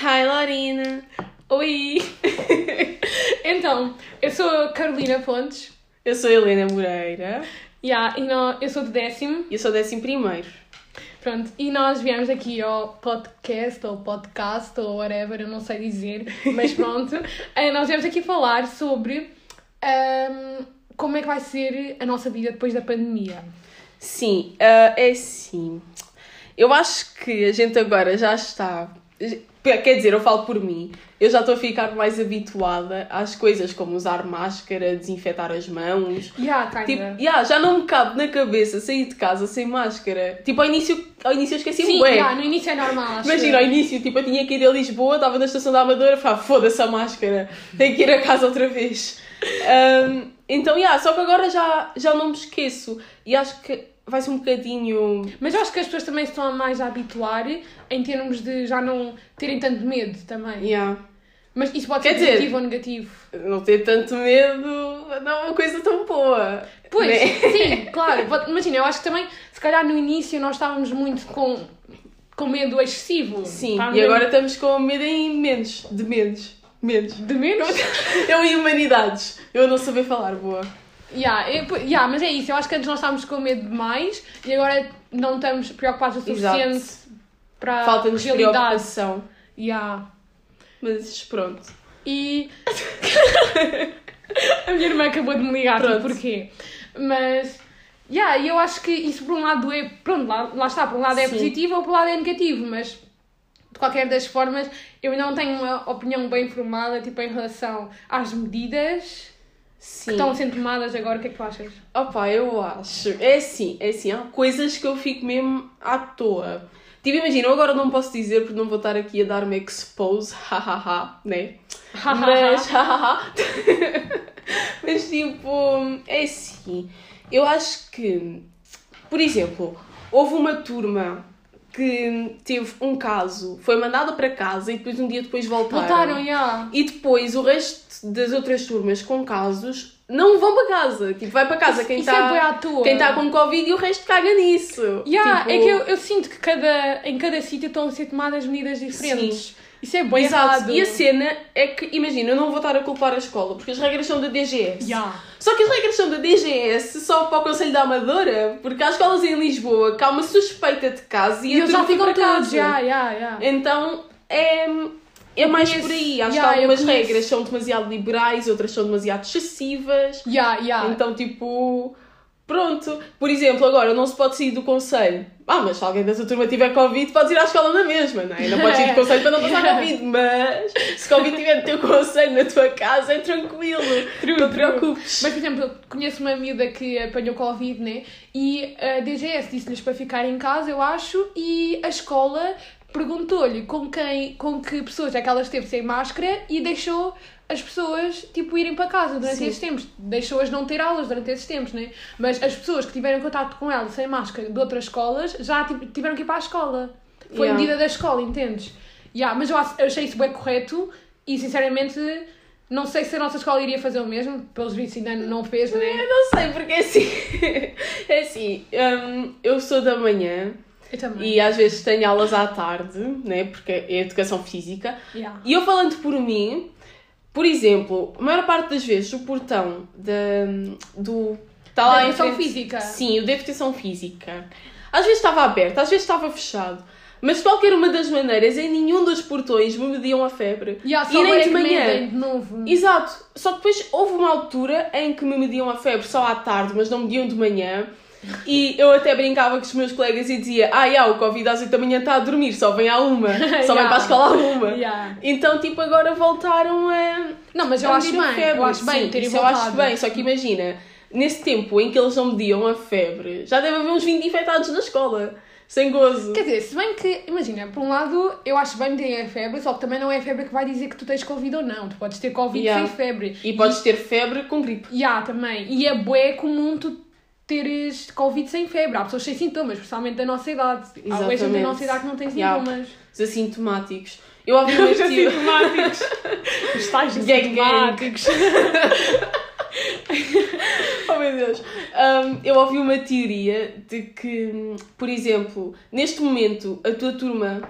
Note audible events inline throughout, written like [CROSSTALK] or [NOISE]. Hi, Lorina! Oi! [LAUGHS] então, eu sou a Carolina Pontes. Eu sou a Helena Moreira Yeah, e nó- eu sou do décimo. e eu sou o décimo primeiro. Pronto, e nós viemos aqui ao podcast, ou podcast, ou whatever, eu não sei dizer, mas [LAUGHS] pronto. Eh, nós viemos aqui falar sobre ahm, como é que vai ser a nossa vida depois da pandemia. Sim, ah, é sim. Eu acho que a gente agora já está. Quer dizer, eu falo por mim, eu já estou a ficar mais habituada às coisas como usar máscara, desinfetar as mãos. Yeah, Tipo, kinda. yeah, já não me cabe na cabeça sair de casa sem máscara. Tipo, ao início, ao início eu esqueci Sim, o Tipo bué. yeah, no início é normal, acho. Imagina, ao eu. início, tipo, eu tinha que ir a Lisboa, estava na estação da Amadora, falava, foda-se a máscara, tenho que ir a casa outra vez. Ahm, então, yeah, só que agora já, já não me esqueço e acho que vai ser um bocadinho. Mas eu acho que as pessoas também se estão a mais a habituar em termos de já não terem tanto medo também. Yeah, Mas isso pode Quer ser dizer- positivo ou negativo. não ter tanto medo, não é uma coisa tão boa. Pois, né? sim, claro. Pode- Imagina, eu acho que também, se calhar no início nós estávamos muito com, com medo excessivo. Sim, Estávamos e agora estamos com medo em menos, de menos, menos. De menos? Eu em humanidades, eu não saber falar, boa. [LAUGHS] yeah, eu- yeah, mas é isso. Eu acho que antes nós estávamos com medo demais e agora não estamos preocupados o Exato. suficiente para Falta-nos realidade. preocupação. Yeah. Mas pronto. E. [LAUGHS] a minha irmã acabou de me ligar, Pronto. tipo, porquê? Mas. Yeah, e eu acho que isso por um lado é. Pronto, lá, lá está, por um lado é Sim. positivo ou por um lado é negativo, mas de qualquer das formas eu ainda não tenho uma opinião bem formada, tipo, em relação às medidas Sim. que estão sendo tomadas agora, o que é que tu achas? Opa, eu acho. É assim, é assim, há coisas que eu fico mesmo à toa. Tipo, imagina, eu agora não posso dizer porque não vou estar aqui a dar-me expose, [LAUGHS] hahaha, né? [LAUGHS] Mas, hahaha. [LAUGHS] Mas, tipo, é assim. Eu acho que, por exemplo, houve uma turma que teve um caso, foi mandada para casa e depois um dia depois Voltaram, yeah. e depois o resto das outras turmas com casos não vão para casa. Tipo, vai para casa quem Isso é bué está à toa. quem tá com Covid e o resto caga nisso. Yeah, Tipo, É que eu, eu sinto que cada, em cada sítio estão a ser tomadas medidas diferentes. Isso é bem exato. errado. E a cena é que, imagina, eu não vou estar a culpar a escola, porque as regras são da DGS. Yeah. Só que as regras são da DGS só para o Conselho da Amadora, porque há escolas em Lisboa que há uma suspeita de caso e, E a eles já turma ficam para casa. todos, já, já, já. Então é, é Eu mais conheço- por aí. Acho Yeah, que eu algumas conheço. regras são demasiado liberais, outras são demasiado excessivas. Já, já. Então, tipo, pronto. Por exemplo, agora não se pode sair do conselho. Ah, mas se alguém da tua turma tiver Covid, podes ir à escola na mesma, não é? Não podes ir do conselho para não passar Covid, mas se Covid tiver no teu conselho, na tua casa, é tranquilo. não te preocupes. Mas, por exemplo, conheço uma amiga que apanhou Covid, né? E a DGS disse-lhes para ficar em casa, eu acho, e a escola perguntou-lhe com quem, com que pessoas é que ela esteve sem máscara e deixou as pessoas, tipo, irem para casa durante Sim. esses tempos. Deixou-as não ter aulas durante esses tempos, né? Mas as pessoas que tiveram contato com ela sem máscara de outras escolas já tipo, tiveram que ir para a escola. Foi Yeah. medida da escola, entendes? Yeah, mas eu acho- eu achei isso bem correto e, sinceramente, não sei se a nossa escola iria fazer o mesmo. Pelos vistos, ainda não fez, né? Eu não sei, porque é assim. [LAUGHS] é assim, hum, eu sou da manhã Eu também. e às vezes tenho aulas à tarde, né? Porque é educação física. Yeah. E eu falando por mim, por exemplo, a maior parte das vezes o portão da, do. Está Da lá em educação frente- física. Sim, o da educação física. Às vezes estava aberto, às vezes estava fechado. Mas de qualquer uma das maneiras, em nenhum dos portões me mediam a febre. Yeah, E só nem agora é de que manhã. medem de novo. Exato, só que depois houve uma altura em que me mediam a febre só à tarde, mas não mediam de manhã. E eu até brincava com os meus colegas e dizia: Ah, yeah, o Covid às 8 da manhã está a dormir, só vem à [LAUGHS] uma, só vem Yeah. para a escola à uma. Yeah. Então, tipo, agora voltaram a. Não, mas eu a acho medir a bem. Eu acho bem um Sim, terem isso voltado. Eu acho bem, só que imagina, nesse tempo em que eles não mediam a febre, já deve haver uns 20 infectados na escola, sem gozo. Quer dizer, se bem que, imagina, por um lado eu acho bem meterem a febre, só que também não é a febre que vai dizer que tu tens Covid ou não. Tu podes ter Covid Yeah. sem febre. E podes ter febre com gripe. E há também. E é bué comum tu teres Covid sem febre. Há pessoas sem sintomas, principalmente da nossa idade. Há bué gente da Exatamente. nossa idade que não tem Yeah. sintomas. Os assintomáticos. Eu [LAUGHS] obviamente Os tive. assintomáticos. Os tais Gang, gang. assintomáticos. [LAUGHS] Oh meu Deus! Um, eu ouvi uma teoria de que, hum, por exemplo, neste momento a tua turma,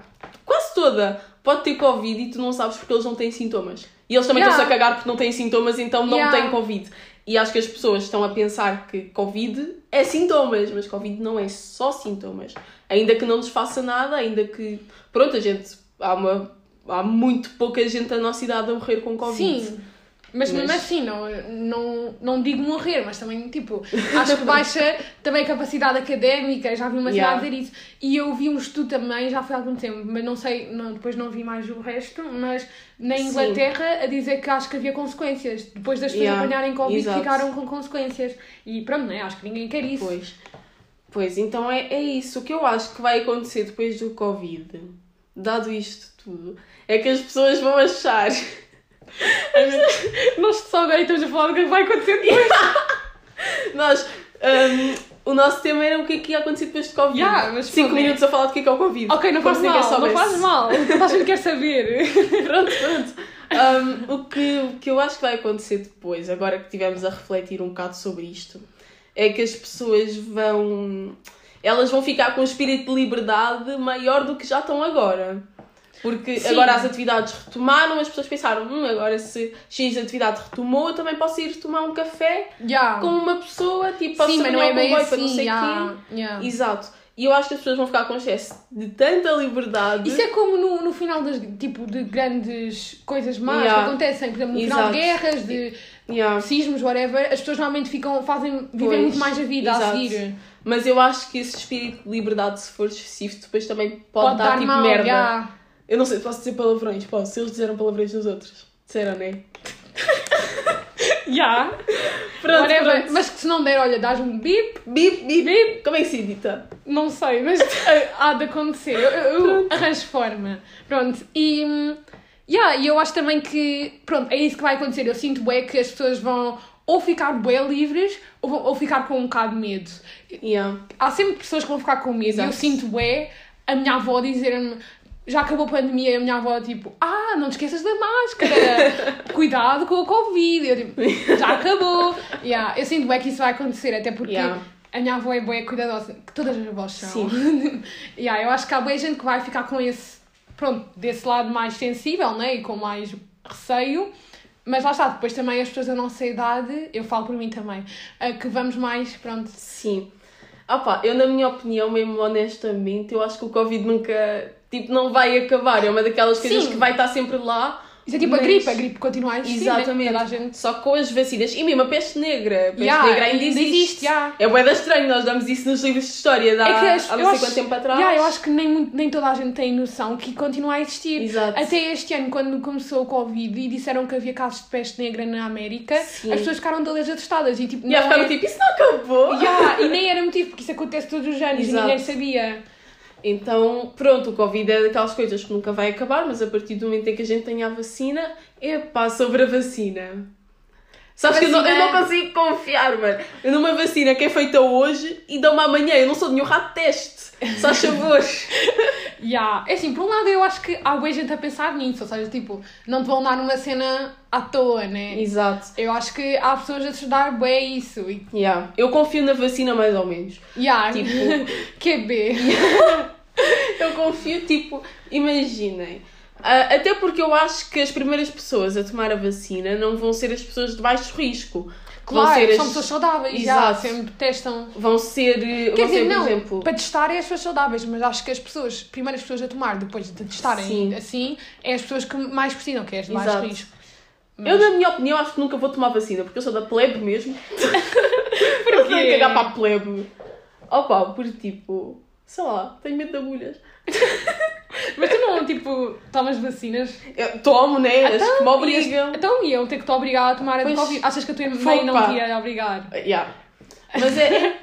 quase toda, pode ter Covid e tu não sabes porque eles não têm sintomas. E eles também Yeah. estão-se a cagar porque não têm sintomas, então não Yeah. têm Covid. E acho que as pessoas estão a pensar que Covid é sintomas, mas Covid não é só sintomas. Ainda que não nos faça nada, ainda que. Pronto, a gente. Há, uma, há muito pouca gente da nossa idade a morrer com Covid. Sim. Mas mesmo Mas- assim, não, não, não digo morrer, mas também, [LAUGHS] tipo, acho que baixa também a capacidade académica, já vi uma Yeah. cidade dizer isso. E eu vi um estudo também, já foi há algum tempo, mas não sei, não, depois não vi mais o resto, mas na Sim. Inglaterra a dizer que acho que havia consequências. Depois das pessoas Yeah, apanharem Covid, exato. ficaram com consequências. E pronto, né? acho que ninguém quer isso. Pois. Pois, então é, é isso. O que eu acho que vai acontecer depois do Covid, dado isto tudo, é que as pessoas vão achar. [LAUGHS] [LAUGHS] Nós só agora estamos a falar do que vai acontecer depois. Nós. hum, o nosso tema era o que é que ia acontecer depois do Covid. Yeah, mas Cinco pronto, é. minutos a falar do que é que é o Covid. [LAUGHS] ok, não Como faz se ninguém mal, não soubesse. faz mal. Toda a gente quer [LAUGHS] saber. pronto, pronto. Um, o, que, o que eu acho que vai acontecer depois, agora que estivemos a refletir um bocado sobre isto, é que as pessoas vão. Elas vão ficar com um espírito de liberdade maior do que já estão agora. Porque Sim. agora as atividades retomaram, as pessoas pensaram, hum, agora se X atividade retomou, eu também posso ir tomar um café Yeah. com uma pessoa, tipo, posso Ah. Sim, mas não apanhar é um bem comboio assim. para não sei o yeah, quê. yeah. Exato. E eu acho que as pessoas vão ficar com excesso de tanta liberdade. Isso é como no, no final das, tipo, de grandes coisas más Yeah. que acontecem, por exemplo, no final de Exato. guerras, de Yeah. sismos, whatever, as pessoas normalmente ficam, fazem, vivem Pois, muito mais a vida a exato. seguir. Mas eu acho que esse espírito de liberdade, se for excessivo, depois também pode, dar, tipo merda. [LAUGHS] yeah. Eu não sei, posso dizer palavrões? Posso, se eles disseram palavrões nos outros. Disseram, né? Yeah. Pronto, whatever. pronto. Mas que se não der, olha, dás um bip, Bip, bip, bip. Como é que se edita? não sei, mas [LAUGHS] eh, há de acontecer. Eu, eu- eu arranjo forma. Pronto, e. hum, yeah, e eu acho também que. Pronto, é isso que vai acontecer. Eu sinto bué que as pessoas vão ou ficar bué livres ou, vão- ou ficar com um bocado de medo. Yeah. há sempre pessoas que vão ficar com medo. E Eu Exato. sinto bué a minha avó dizer-me já acabou a pandemia e a minha avó tipo ah, não te esqueças da [LAUGHS] máscara cuidado com a Covid eu tipo, já acabou yeah, eu sinto bué que isso vai acontecer, até porque Yeah. a minha avó é bué cuidadosa, que todas as avós são [LAUGHS] yeah, eu acho que há bué gente que vai ficar com esse pronto, desse lado mais sensível, né, e com mais receio mas lá está, depois também as pessoas da nossa idade, eu falo por mim também, eh, que vamos mais, pronto, Sim. Ah pá, eu na minha opinião, mesmo honestamente, eu acho que o Covid nunca, tipo, não vai acabar. É uma daquelas coisas Sim. que vai estar sempre lá. Isso é tipo a Mas- gripe, a gripe continua a existir, Exatamente. Né? Toda a gente... Só com as vacinas. E mesmo a peste negra. A peste Yeah, negra ainda existe. yeah. É bué da estranho, nós damos isso nos livros de história de há, É que as- Tá há eu não sei acho- quanto tempo atrás. Yeah, eu acho que nem, muito- nem toda a gente tem noção que continua a existir. Exato. Até este ano, quando começou o Covid e disseram que havia casos de peste negra na América, Sim. as pessoas ficaram todas assustadas e tipo... E eu não ficava é- tipo, isso não acabou? Yeah, e nem era motivo, porque isso acontece todos os Exato. anos e ninguém sabia. Então, pronto, o Covid é daquelas coisas que nunca vai acabar, mas a partir do momento em que a gente tenha a vacina, epá, sobre a vacina. Sabes que eu não, eu Vacina. não consigo confiar, mano. Eu numa vacina que é feita hoje e dão-me amanhã. Eu não sou de nenhum rato de teste. [LAUGHS] Só favor. Yeah. É assim, por um lado eu acho que há boa gente a pensar nisso, ou seja, tipo, não te vão dar uma cena à toa, né? Exato. Eu acho que há pessoas a estudar bem isso e Yeah. Eu confio na vacina mais ou menos. yeah. Tipo- [LAUGHS] que é [LAUGHS] bê. Eu confio, tipo, imaginem. Ah, até porque eu acho que as primeiras pessoas a tomar a vacina não vão ser as pessoas de baixo risco. vão Claro, ser são as- pessoas saudáveis, já, Exato. sempre testam. Vão ser, eh, Quer vão dizer, ser não, por exemplo. para testar é as pessoas saudáveis, mas acho que as pessoas, primeiras pessoas a tomar depois de testarem Sim. assim, é as pessoas que mais precisam, que é as de mais Exato. risco. Eu, na minha opinião, acho que nunca vou tomar vacina, porque eu sou da plebe mesmo. [LAUGHS] eu tenho que cagar para a plebe. Opa, por tipo, sei lá, tenho medo de agulhas. Mas tu não, tipo, tomas vacinas? Então, Eu tomo, né? Acho que me obrigam. E- Então iam ter que te obrigar a tomar a de Pois. Covid. Achas que a tua mãe Fogo, não pá. te ia obrigar? Uh, Yeah. Mas [LAUGHS] é.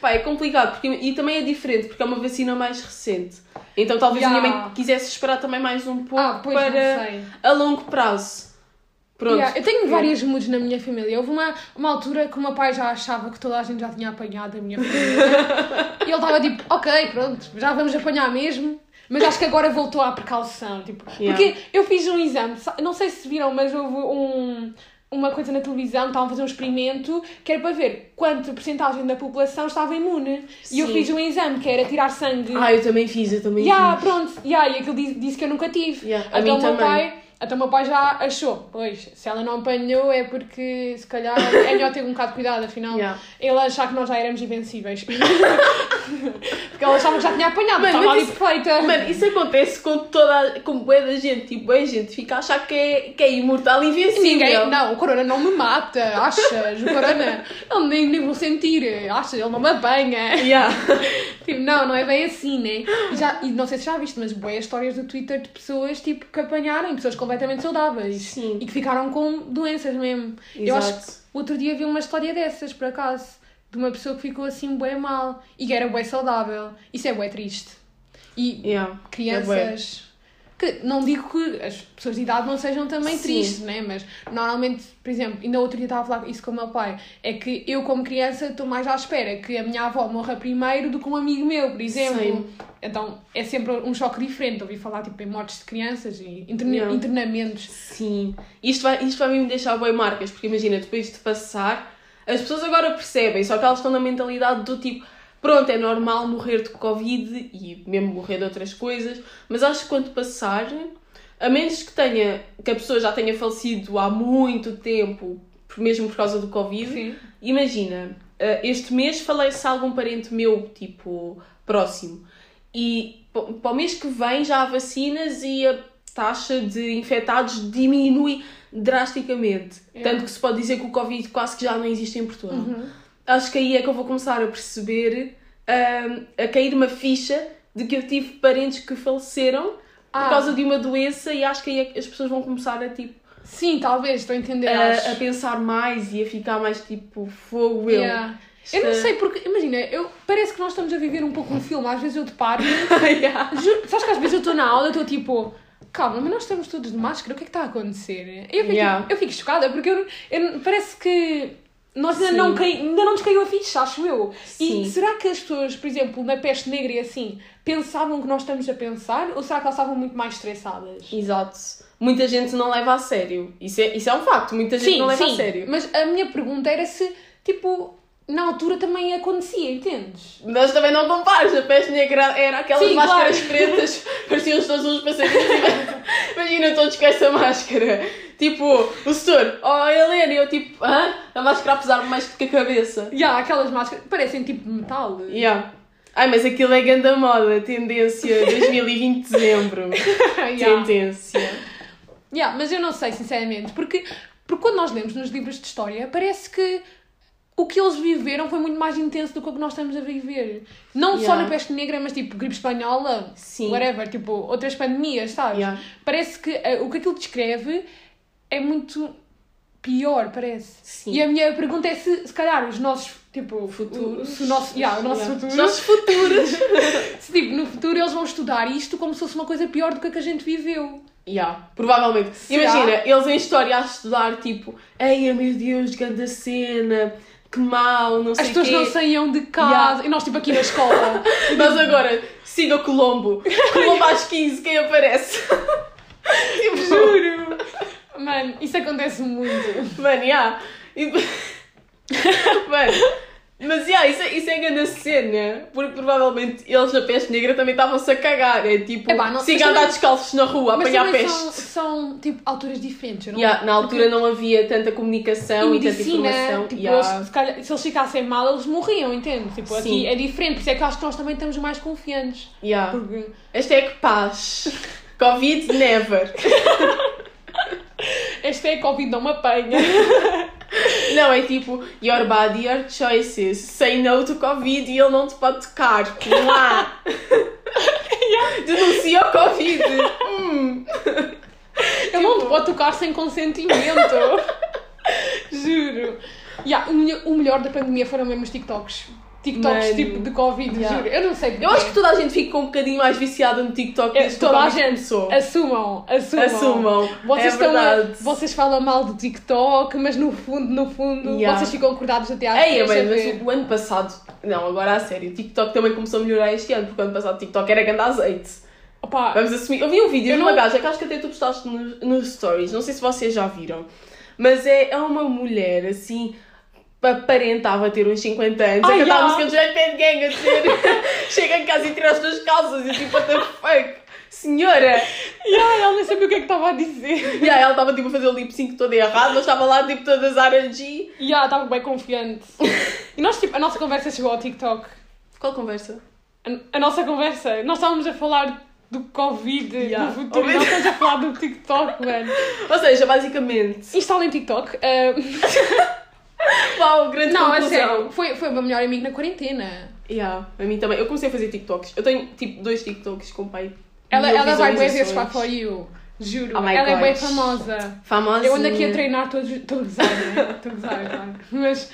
Pá, é complicado porque, e também é diferente porque é uma vacina mais recente. Então talvez a minha Yeah. mãe quisesse esperar também mais um pouco Ah, pois não para sei. a longo prazo. Pronto. Yeah, eu tenho várias mudos na minha família. Houve uma, uma altura que o meu pai já achava que toda a gente [LAUGHS] já tinha apanhado a minha família. e ele estava tipo, ok, pronto, já vamos apanhar mesmo. Mas acho que agora voltou à precaução. Tipo, Yeah. Porque eu fiz um exame, sa- não sei se viram, mas houve um, uma coisa na televisão, estavam a fazer um experimento que era para ver quanto porcentagem da população estava imune. E eu Sim. fiz um exame que era tirar sangue. Ah, eu também fiz, eu também Yeah, fiz. pronto. Yeah, e aquilo disse, disse que eu nunca tive. Yeah, a Até mim o meu também. pai, até o meu pai já achou. Pois, se ela não apanhou é porque se calhar é melhor ter um bocado de cuidado, afinal. Yeah. Ele achar que nós já éramos invencíveis. [LAUGHS] porque ele achava que já tinha apanhado, Mano, mas estava é ali isso- perfeita. Mano, isso acontece com toda a, com bué da gente. Tipo, a gente fica a achar que é, que é imortal e invencível. Ninguém, não, o corona não me mata, achas? O corona, ele nem, nem vou sentir, achas? Ele não me apanha. Yeah. [LAUGHS] Tipo, não, não é bem assim, né? E, já, e não sei se já viste, mas boas histórias do Twitter de pessoas tipo, que apanharam, pessoas completamente saudáveis Sim. e que ficaram com doenças mesmo. Eu Exato. acho que outro dia vi uma história dessas, por acaso, de uma pessoa que ficou assim bué mal e que era bué saudável. Isso é bué triste. E Yeah. É bué. crianças. que não digo que as pessoas de idade não sejam também Sim. tristes, né? Mas normalmente, por exemplo, ainda outro dia estava a falar isso com o meu pai, é que eu, como criança, estou mais à espera que a minha avó morra primeiro do que um amigo meu, por exemplo. Sim. Então é sempre um choque diferente ouvir falar tipo, em mortes de crianças e interne- Yeah. internamentos. Sim. Isto vai, isto vai mesmo deixar bem marcas, porque imagina, depois de passar, as pessoas agora percebem, só que elas estão na mentalidade do tipo, pronto, é normal morrer de Covid e mesmo morrer de outras coisas, mas acho que quando passar, a menos que tenha, que a pessoa já tenha falecido há muito tempo, por- mesmo por causa do Covid, Sim. Imagina, eh, este mês falei-se algum parente meu, tipo, próximo, e pa- para o mês que vem já há vacinas e a taxa de infectados diminui drasticamente. É. Uhum. Tanto que se pode dizer que o Covid quase que já não existe em Portugal. Acho que aí é que eu vou começar a perceber, ahm, a cair uma ficha de que eu tive parentes que faleceram Ah. por causa de uma doença e acho que aí é que as pessoas vão começar a, tipo, Sim, talvez, estou a entender. acho. a, a pensar mais e a ficar mais, tipo, fogo eu. Yeah. Eu não Isto é- sei, porque, imagina, eu, parece que nós estamos a viver um pouco um filme, às vezes eu deparo [LAUGHS] Yeah. Juro, sabes que às vezes eu estou na aula, eu estou tipo, calma, mas nós estamos todos de máscara, o que é que está a acontecer? Eu fico, Yeah. eu fico chocada porque eu, eu- parece que nós ainda Sim. não, cai, ainda não nos caiu a ficha, acho eu. Sim. E será que as pessoas, por exemplo, na peste negra e assim, pensavam que nós estamos a pensar ou será que elas estavam muito mais estressadas? Exato. Muita gente não leva a sério. Isso é, isso é um facto. Muita gente não leva a sério. mas a minha pergunta era se, tipo, na altura também acontecia, entendes? Mas também não compares. A peste negra era aquelas Sim, máscaras pretas, [LAUGHS] pareciam todos uns passarinhos. [LAUGHS] Imagina todos com essa máscara. Tipo, o setor, oh Helena, e eu tipo, hã? A máscara pesar mais do que a cabeça. E há aquelas máscaras, parecem tipo metal. Yeah. Ai, mas aquilo é ganda moda, tendência [LAUGHS] 2020 de dezembro. [LAUGHS] Yeah. Tendência. Yeah, mas eu não sei, sinceramente, porque, porque quando nós lemos nos livros de história, parece que o que eles viveram foi muito mais intenso do que o que nós estamos a viver. Não só Yeah. na peste negra, mas tipo gripe espanhola, Sim. whatever, tipo outras pandemias, sabes? Yeah. Parece que eh, o que aquilo descreve é muito pior, parece. Sim. E a minha pergunta é se, se calhar, os nossos, tipo, Futuros. o- se o nosso, yeah, o nosso Yeah. futuro, Os nossos futuros. se tipo, no futuro eles vão estudar isto como se fosse uma coisa pior do que a que a gente viveu. Ya, provavelmente. Será? Imagina, eles em história a estudar, tipo, ei, meu Deus, grande cena, que mal, não As sei o pessoas quê. não saíam de casa Yeah. e nós, tipo, aqui na [LAUGHS] escola. Mas agora, siga o Colombo. Colombo às 15, quem [LAUGHS] aparece? tipo, Juro! Mano, isso acontece muito. Mano, ya. E- [LAUGHS] Mano, mas ya, isso, é- isso é grande cena, porque provavelmente eles na peste negra também estavam-se a cagar. É tipo, Epá, não- siga mas andar também- descalços na rua, Mas apanhar também peste. são, são, tipo, alturas diferentes, eu não Ya, na altura não havia tanta comunicação e e, tanta medicina, informação. tipo, Ya. eles, se, calhar, se eles ficassem mal, eles morriam, entende? Tipo, Sim. aqui é diferente, por isso é que acho que nós também estamos mais confiantes. Ya. Porque... Hashtag é [LAUGHS] paz. Covid never. Esta é Covid, não me [LAUGHS] apanha. Não, é tipo, your body, your choices. Say no to Covid e ele não te pode tocar. Não [LAUGHS] há. Denuncia o Covid. Hum. Eu não Tipo- te posso tocar sem consentimento. [LAUGHS] juro. Ya, o, melhor, o melhor da pandemia foram mesmo os TikToks. Tiktoks Mano. tipo de Covid, Ya. juro. Eu não sei [LAUGHS] Eu acho que toda a gente fica com um bocadinho mais viciada no TikTok É, desde que toda a Covid gente. começou. Assumam, assumam. Assumam. Vocês, é estão a- verdade. vocês falam mal do TikTok, mas no fundo, no fundo, Yeah. vocês ficam acordados até às Ei, três a mãe, ver. mas o, o ano passado... Não, agora a sério. O TikTok também começou a melhorar este ano. Porque o ano passado o TikTok era grande azeite. Opa, Vamos assumir. Eu vi um vídeo Eu de uma não- gaja que acho que até tu postaste nos nos stories, não sei se vocês já viram, mas é, é uma mulher assim. Aparentava ter uns 50 anos, Ai, a ah. cantar a já. música do Joel Pet Gang a dizer [LAUGHS] chega em casa e tira as tuas calças e tipo, what the fuck, senhora! [LAUGHS] yeah, ela nem sabia o que é que estava a dizer. E aí ela estava tipo a fazer o lip sync todo errado, mas estava lá tipo todas RNG. Yeah, estava bem confiante. [LAUGHS] E nós, tipo, a nossa conversa chegou ao TikTok. Qual conversa? A, a nossa conversa, nós estávamos a falar do Covid, Yeah. do futuro, nós estamos a falar do [LAUGHS] TikTok, mano. Ou seja, basicamente. Instalem TikTok. ah, Uau, grande não, é conclusão. sério, foi, foi o meu melhor amigo na quarentena. Yeah, a mim também. Eu comecei a fazer TikToks. Eu tenho tipo dois TikToks com pai. Ela, mil ela vai bem vezes para a visualizações. For You, juro. Oh my ela é bem gosh. famosa. Famosinha. Eu ando aqui a treinar todos os. Estou a gozar, [LAUGHS] né? Estou a gozar, claro. Mas.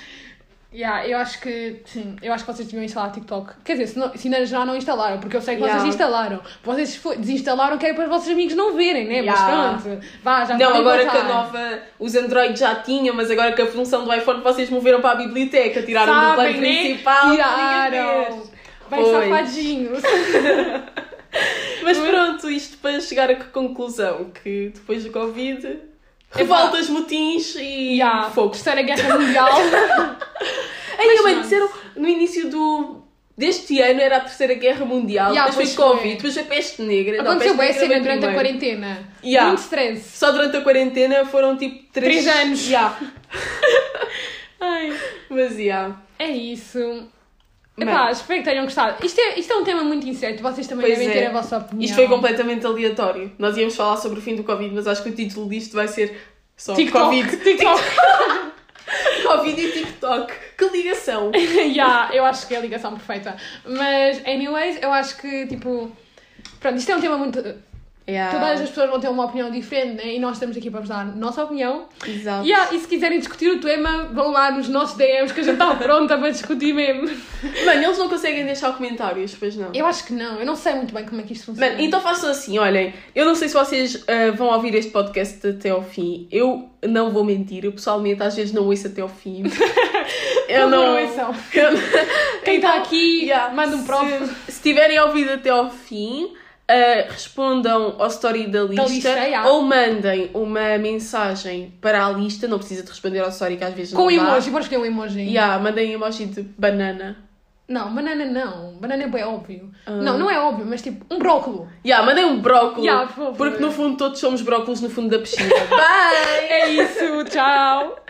Yeah, eu acho que sim, eu acho que vocês deviam instalar TikTok. Quer dizer, se, não, se ainda já não instalaram, porque eu sei que Yeah. vocês instalaram. Vocês fo- desinstalaram que é para os vossos amigos não verem, né? Yeah. Mas pronto, vá, já Não, podem agora que a voltar. nova. Os Android já tinham, mas agora que a função do iPhone vocês moveram para a biblioteca, tiraram do plano Sabem, né? principal. ninguém Tiraram. vê. Bem Pois. safadinhos. Mas pronto, isto para chegar à conclusão que depois do Covid. Revoltas, motins e Yeah, fogos. Terceira Guerra Mundial. Ainda Mas bem, não. disseram no início do, deste ano era a Terceira Guerra Mundial, Yeah, depois foi pois foi. Covid, depois a peste negra. [LAUGHS] Não, Aconteceu peste negra bem cena veio durante a primeiro. quarentena. Yeah. Muito stress. Só durante a quarentena foram tipo três, Três [LAUGHS] anos. Yeah. [LAUGHS] Ai. Mas yeah. É isso. Bem. Epá, espero que tenham gostado. Isto é, isto é um tema muito incerto, vocês também Pois devem é. ter a vossa opinião. Isto foi completamente aleatório. Nós íamos falar sobre o fim do Covid, mas acho que o título disto vai ser só TikTok. Covid. [LAUGHS] [LAUGHS] TikTok. Covid e TikTok. Que ligação! yeah, eu acho que é a ligação perfeita. Mas, anyways, eu acho que, tipo... Pronto, isto é um tema muito... Ah. Todas as pessoas vão ter uma opinião diferente, né? E nós estamos aqui para vos dar a nossa opinião. Exato. Yeah, e se quiserem discutir o tema, vão lá nos nossos DMs que a gente [LAUGHS] está pronta para discutir mesmo. Mano, eles não conseguem deixar comentários, pois não. Eu acho que não, eu não sei muito bem como é que isto funciona. Mano, então façam assim, olhem, eu não sei se vocês ah, vão ouvir este podcast até ao fim. Eu não vou mentir, eu pessoalmente às vezes não ouço até ao [LAUGHS] fim. eu Por favor, não. ouçam. Eu não- Quem está aqui, Então, yeah, manda um prop. Se, se tiverem ouvido até ao fim, ah, respondam ao story da lista, lista, yeah. ou mandem uma mensagem para a lista, não precisa de responder ao story que às vezes Com não dá. emoji, bora escolher um emoji. Yeah, mandem emoji de banana. Não, banana não. Banana é bué óbvio. Não, não é óbvio, mas tipo, um brócolo. Yeah, mandem um brócolis, Yeah, por favor. [LAUGHS] porque no fundo todos somos brócolis no fundo da piscina. Bye! É isso, tchau.